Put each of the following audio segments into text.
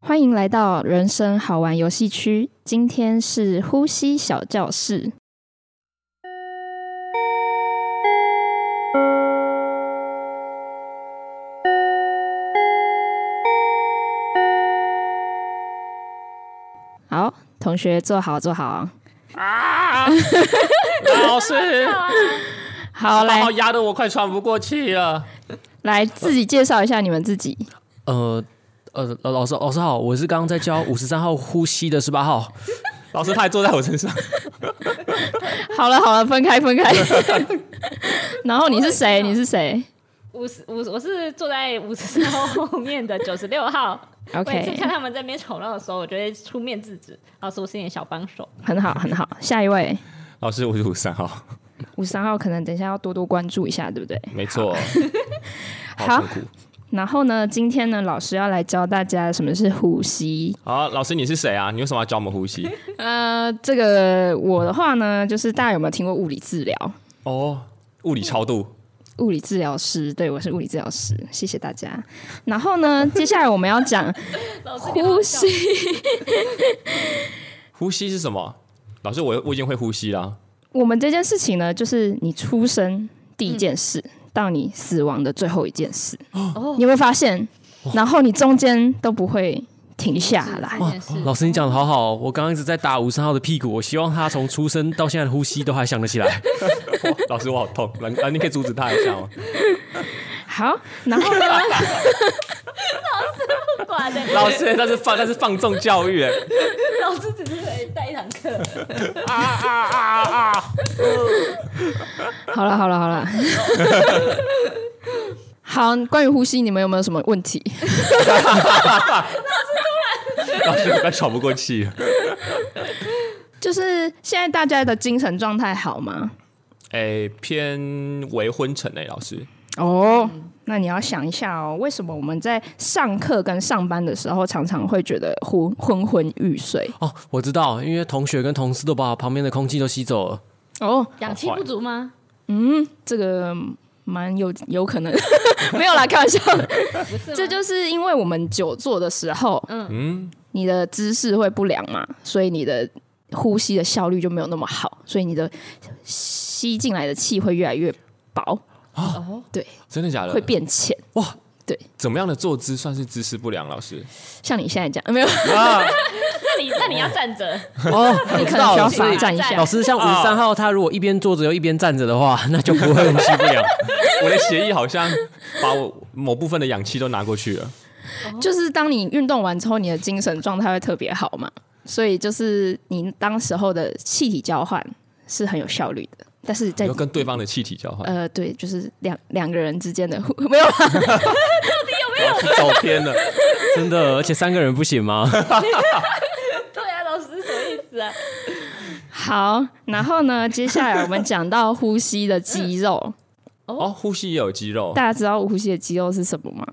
欢迎来到人生好玩游戏区，今天是呼吸小教室。好，同学坐好坐好，啊！老师，好把来我压得我快喘不过气啊了。来自己介绍一下你们自己。呃呃，老老师老师好，我是刚刚在教五十三号呼吸的十八号。老师，他还坐在我身上。好了好了，分开分 开。然后你是谁？你是谁五十五，我是坐在五十四 号后面的九十六号。每次？OK，看他们在那边吵闹的时候，我就会出面制止。老师，我是你的小帮手。很好很好。下一位老师，我是五三号，五十三号，可能等一下要多多关注一下，对不对？没错。好痛苦然后呢，今天呢，老师要来教大家什么是呼吸。好，老师你是谁啊？你为什么要教我们呼吸？呃，这个我的话呢，就是大家有没有听过物理治疗？哦，物理超度。物理治疗师，对我是物理治疗师，谢谢大家。然后呢，接下来我们要讲老师，你好呼吸笑，呼吸是什么？老师，我我已经会呼吸啦。我们这件事情呢，就是你出生第嗯一件事、到你死亡的最后一件事，哦你有没有发现？然后你中间都不会停下来。这件事老师你讲的好好，哦我刚刚一直在打五十三号的屁股，我希望他从出生到现在的呼吸都还想得起来。 老师，我好痛。兰兰，你可以阻止他一下哦吗？好，然后 呢，不管的，老师，那是放那是放纵教育。哎 老师只是来带一堂课。啊 好了，好了，好了。好，关于呼吸，你们有没有什么问题？老师，我快喘不过气了。就是现在大家的精神状态好吗？哎，偏为昏沉哎，老师。哦，那你要想一下哦，为什么我们在上课跟上班的时候，常常会觉得昏昏昏欲睡？哦，我知道，因为同学跟同事都把旁边的空气都吸走了。哦， 氧气不足吗？这个蛮有有可能，没有啦，开玩笑，不是吗，这就是因为我们久坐的时候，嗯你的姿势会不良嘛，所以你的呼吸的效率就没有那么好，所以你的吸进来的气会越来越薄，真的假的？会变浅。怎么样的坐姿算是姿势不良？老师，像你现在这样，没有，那你那你要站着，哦，你我可能需知道要了。罚站一下老。师，像五十三号，他如果一边坐着又一边站着的话，那就不 会呼吸不了。 我的协议好像把我某部分的氧气都拿过去了。就是当你运动完之后，你的精神状态会特别好嘛，所以就是你当时候的气体交换是很有效率的。但是在要跟对方的气体交换，呃，对，就是两两个人之间的互 没有啦，是照片了。真的，而且三个人不行 吗？对啊，老师是什么意思啊？好，然后呢，接下来我们讲到呼吸的肌肉，哦，呼吸也有肌肉。大家知道呼吸的肌肉是什么吗？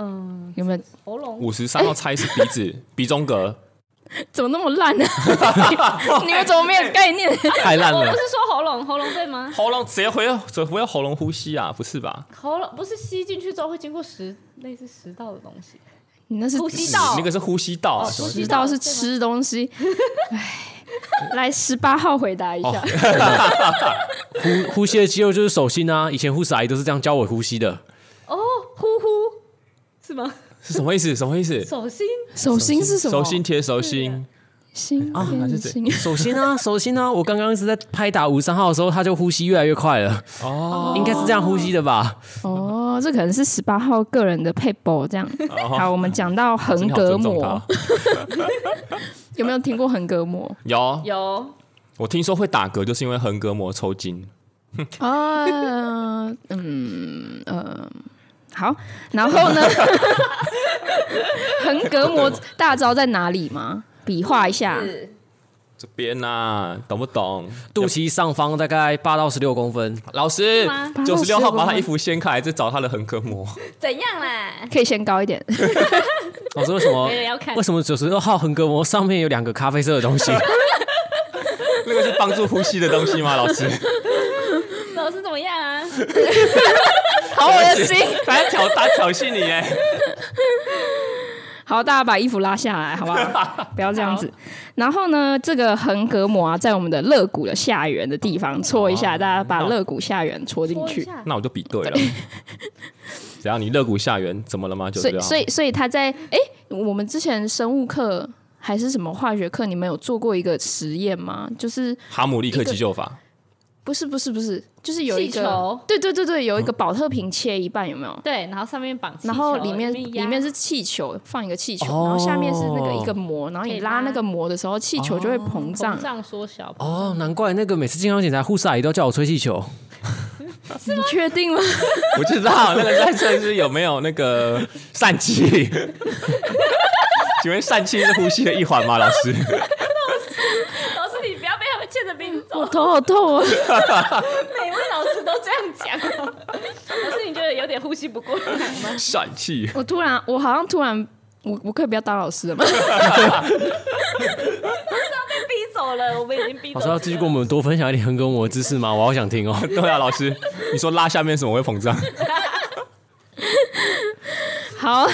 嗯，有没有？喉咙五十三号猜是鼻 子、鼻中隔，怎么那么烂呢、 啊？你们怎么没有概念？太烂我了不。是说喉咙，喉咙对吗？ 喉咙直接回怎么会有喉咙呼吸啊？不是吧？喉咙不是吸进去之后会经过食类似食道的东西，你那是呼吸道那个是呼吸道啊。哦什么呼知吸道道是吃东西。哎，来十八号回答一哦下。呼呼吸的肌肉就是手心啊，以前护士阿姨都是这样教我呼吸的。哦呼呼是吗？是什么意思？什么意思？手心手心是什么？手心贴手心，心啊跟还是心。手心啊，手心啊！我刚刚是在拍打五三号的时候，他就呼吸越来越快了。哦，应该是这样呼吸的吧？哦，这可能是十八号个人的配博这样。哦好，我们讲到横你好膈尊重膜 他，。有没有听过横膈膜？有，有我听说会打嗝，就是因为横膈膜抽筋。啊，嗯呃，好，然后呢，横膈膜大家知道在哪里吗？比划一下，是这边呐，懂不懂？肚脐上方大概八到十六公分，老师吗九十六号把86他衣服掀开，再找他的横膈膜。 怎样啦？可以先高一点。老师为 什么没？人要看为。什么九十六号横膈膜上面有两个咖啡色的东西？那个是帮助呼吸的东西吗？老师， 老师怎么样啊？好恶心。他在挑他挑衅你哎。好，大家把衣服拉下来，好不好？不要这样子。然后呢，这个横膈膜啊，在我们的肋骨的下缘的地方戳一下，大家把肋骨下缘戳进戳一去。下，那我就比对了。 只要你肋骨下缘怎么了吗？九所十以，六所以，所以他在哎、我们之前生物课还是什么化学课，你们有做过一个实验吗？就是哈姆立克急救法，不是不是不是，就是有一气个，球，对对对对，有一个保特瓶切一半，有没有？对，然后上面绑气球，然后里面压里面是气球，放一个气球，哦然后下面是那个一个膜，然后可你以拉哦拉那个膜的时候，气球就会膨胀。膨胀缩小， 哦，难怪那个每次健康检查护士阿姨都叫我吹气球， 你确定吗？ 我知道那个在测试有没有那个疝气。请问疝气是呼吸的一环吗？老师，老师你不要被他们牵着鼻子走我，头好痛啊！ 每位老师都这样讲哦， 老师你觉得有点呼吸不 过来吗？疝气我突然，我好像突然，我我可以不要当老师了吗？ 逼走了，我们已经逼走了。老师要继续跟我们多分享一点横膈膜的知识吗？我好想听哦。对啊，老师，你说拉下面什么会膨胀？好，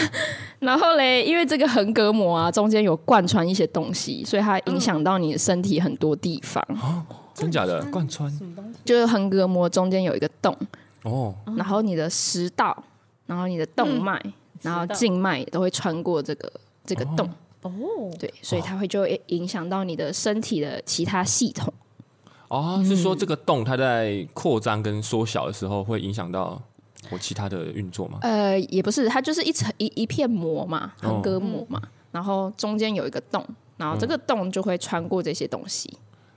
然后嘞，因为这个横膈膜啊，中间有贯穿一些东西，所以它影响到你的身体很多地方。真假的贯穿就是横膈膜中间有一个洞，哦，嗯然后你的食道，然后你的动脉，然后食道静脉也都会穿过这个这个洞。哦，对，所以它会就会影响到你的身体的其他系统。哦，是说这个洞它在扩张跟缩小的时候会影响到我其他的运作吗？呃，也不是，它就是一层一一片膜嘛，横哦嗯膈膜嘛，然后中间有一个洞，然后这个洞就会穿过这些东西，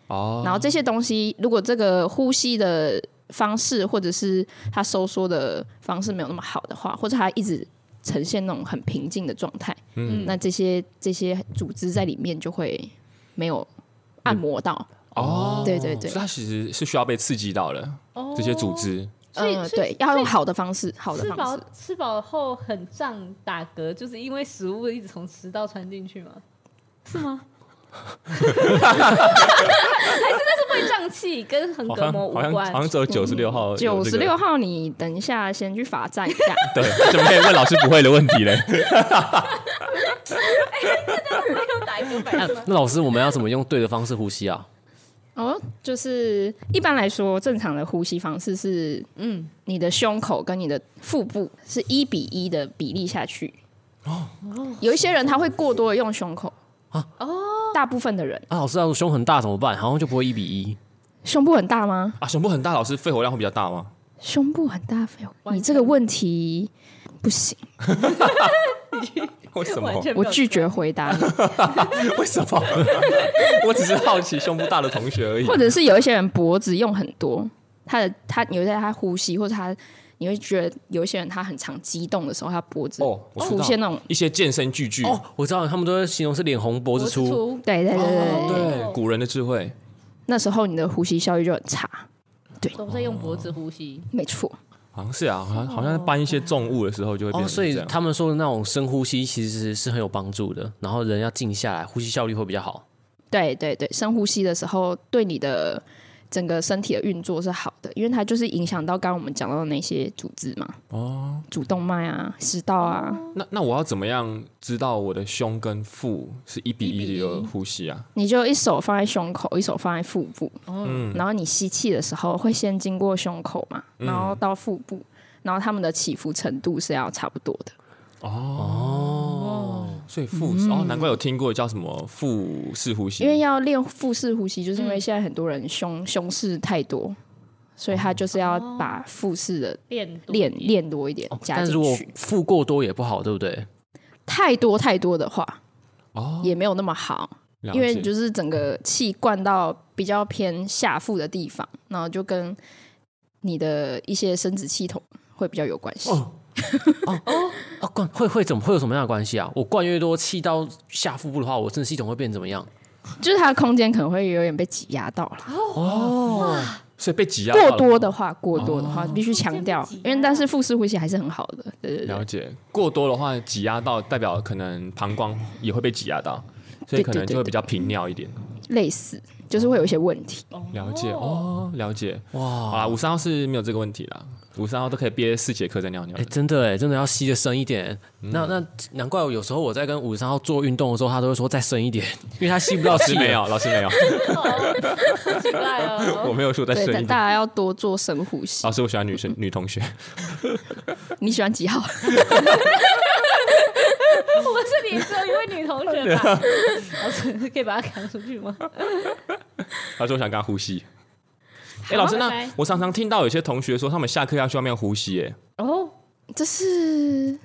哦，然后这些东西如果这个呼吸的方式或者是它收缩的方式没有那么好的话，或者它一直呈现那种很平静的状态，嗯，那这些这些组织在里面就会没有嗯按摩到，哦，对对对所以它其实是需要被刺激到的这些组织所以嗯，所以对，要所以用好的方式，好的吃方饱式。吃饱后很胀打嗝，就是因为食物一直从食道穿进去吗？是吗？还是那是胃胀气跟横好膈像膜无好像关好？像只有九十六号有这嗯九个十六号，你等一下先去罚站一下。对，怎么可以问老师不会的问题嘞？没有打嗝反 应吗？那老师，我们要怎么用对的方式呼吸啊？哦，就是一般来说，正常的呼吸方式是，嗯，你的胸口跟你的腹部是一比一的比例下去。哦，有一些人他会过多的用胸口啊，哦，大部分的人啊，老师，啊我胸很大怎么办？好像就不会一比一。胸部很大吗？ 啊，胸部很大，老师肺活量会比较大 吗？胸部很大，哎呦完你这个问题不行，为什么完？全没我有拒绝回 答你。为什么？ 我只是好奇胸部大的同学而 已或。者是有一些人脖子用很多，他的他有些他呼吸或者他，你会觉得有一些人他很常激动的时候，他脖子哦，我知出道现那种，一些健身巨巨，哦，我知道，他们都会形容是脸红脖脖子子粗。粗，对对对哦对，对，对，古人的智慧。那时候你的呼吸效率就很差，都在用脖子呼吸。没错。好像是啊，好像好像在搬一些重物的时候就会变哦，成所这以样。他们说的那种深呼吸其实是很有帮助的，然后人要静下来，呼吸效率会比较好。对对对，深呼吸的时候对你的整个身体的运作是好的，因为它就是影响到刚刚我们讲到的那些组织嘛，哦，主动脉啊、食道啊，那那我要怎么样知道我的胸跟腹是一比一的呼吸啊？你就一手放在胸口，一手放在腹部，然后你吸气的时候会先经过胸口嘛，然后到腹部，然后它们的起伏程度是要差不多的。所以腹哦，难怪有听过叫什么腹式呼吸，嗯因为要练腹式呼吸，就是因为现在很多人胸、胸式太多，所以他就是要把腹式的练多练练多一点，哦加哦但哦进如果去。腹过多也不好，对不对？太多太多的话，哦也没有那么好，了因为解就是整个气灌到比较偏下腹的地方，然后就跟你的一些生殖系统会比较有关系。哦哦，灌会会怎么会有什么样的关系啊？我灌越多气到下腹部的话，我真的系统会变怎么样？就是它的空间可能会有点被挤压到了。所以被挤压到了过哦多的话，过多的话、必须强调空间，被挤压因为但是腹式呼吸还是很好的。对对对，了解，过多的话挤压到，代表可能膀胱也会被挤压到，所以可能就会比较频尿一点。类似，就是会有一些问题。了解，哦，了解。好哇，啦，五三号是没有这个问题啦，五三号都可以憋四节课再尿尿哎、。真的哎、真的要吸的深一点。那嗯那难怪我有时候我在跟五十三号做运动的时候，他都会说再深一点，因为他吸不到老师 气了没。有，老师没 有，哦奇怪我 哦，没有说在对，声但音。大家要多做深呼吸老。师，我喜欢女生女同学，你喜欢几号？我是你这一位女同学吧？老师可以把她赶出去吗？老师我想跟她呼吸。哎、老师，拜那拜我常常听到有些同学说，他们下课要去外面呼吸、哎，哦，这是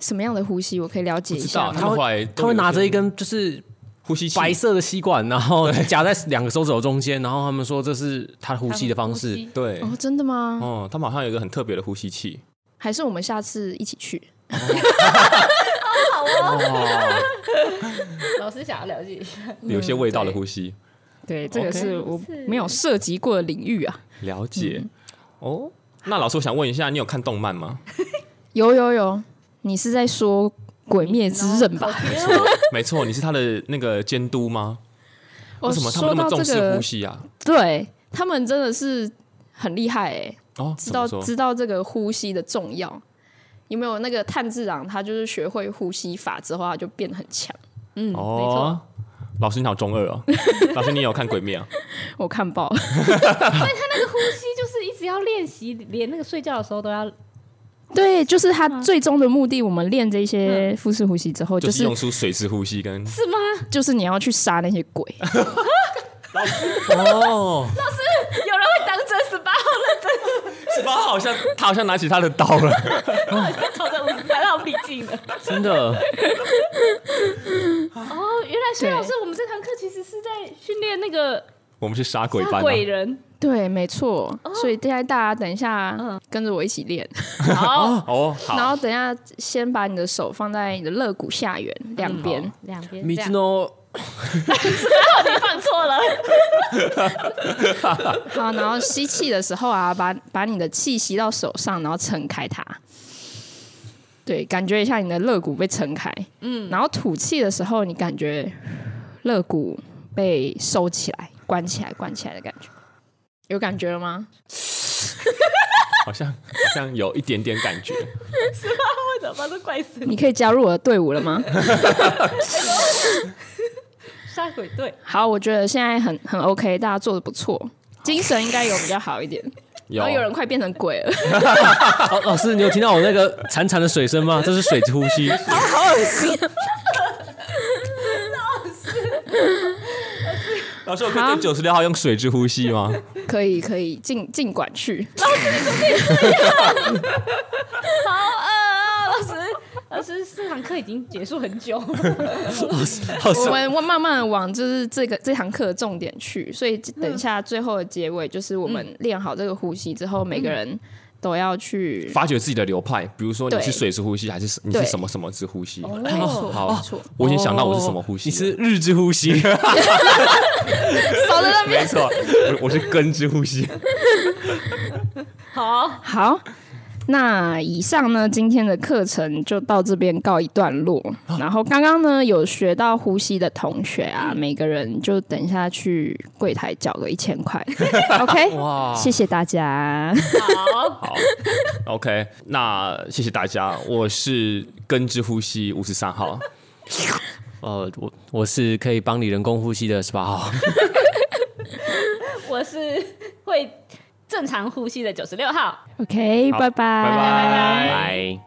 什么样的呼吸？我可以了解不一知下道吗。他们后来他会拿着一根就是呼吸器，白色的吸管，然后夹在两个手指头中间，然后他们说这是他呼吸的方呼式吸。对，哦，真的吗？哦，他们好像有一个很特别的呼吸器，还是我们下次一起去？老师想要了解一下，嗯有一些味道的呼吸，对，这个 OK 是我没有涉及过的领域啊。了解。哦，那老师，我想问一下，你有看动漫 吗？有有有，你是在说《鬼灭之刃》吧？ 没错，你是他的那个监督吗？我为什么他们哦说那么到这重视个呼，吸啊？对他们真的是很厉害哎、哦，知怎道么说？知道这个呼吸的重要。有没有那个炭治郎？他就是学会呼吸法之后，他就变得很强。哦，老师你好中二 哦，老师你也有看《鬼灭》啊？我看爆了，呼吸就是一直要练习，连那个睡觉的时候都要。 对，就是他最终的目的。我们练这些腹式呼吸之后，嗯就就是是用出水之呼吸跟是吗？就是你要去杀那些鬼。哦，有人会当真十八号十八号好像他好像拿起他的刀 了，朝着五十三号逼近的？真 的，哦，原来薛对老师，我们这堂课其实是在训练那个我们去杀鬼杀班、鬼啊。 人。对，没错。所以现在大家等一下跟着我一起练，好，哦，然好，后等一下先把你的手放在你的肋骨下缘两边，两边米这样。兹诺你放错了， 好，然后吸气的时候啊，把把你的气吸到手上，然后撑开它。对，感觉一下你的肋骨被撑开。嗯，然后吐气的时候，你感觉肋骨被收起来、关起来、关起来的感觉，有感觉了吗？好像好像有一点点感觉。 为什么都怪死你？你可以加入我的队伍了吗？杀鬼队，好，我觉得现在很很 OK，大家做的不错，精神应该有比较好一点。有然后有人快变成鬼了， 哦，老师，你有听到我那个潺潺的水声 吗？这是水之呼吸。好恶心。老师，我可以对九十六号用水之呼吸吗？可以可以，尽尽管去。好饿、哦，老师，老师，这堂课已经结束很久，老师我，们会慢慢地往就是这个这堂课的重点去，所以等一下最后的结尾就是我们练好这个呼吸之后，每个人都要去发掘自己的流派，比如说你对是水之呼吸，还是你是对哦什么什么之呼吸？没错好没错，我已经想到我是什么呼吸哦你了。是日之呼 吸。少在那边 没错，我我是根之呼吸。好，好。那以上呢，今天的课程就到这边告一段落。然后刚刚呢，有学到呼吸的同学啊，每个人就等一下去柜台缴个一千块，OK？哇谢谢大家。好，好，OK，那谢谢大家，我是根之呼吸五十三号。呃，我我是可以帮你人工呼吸的哦十八号。我是会正常呼吸的九十六号。 OK，好拜拜拜拜拜。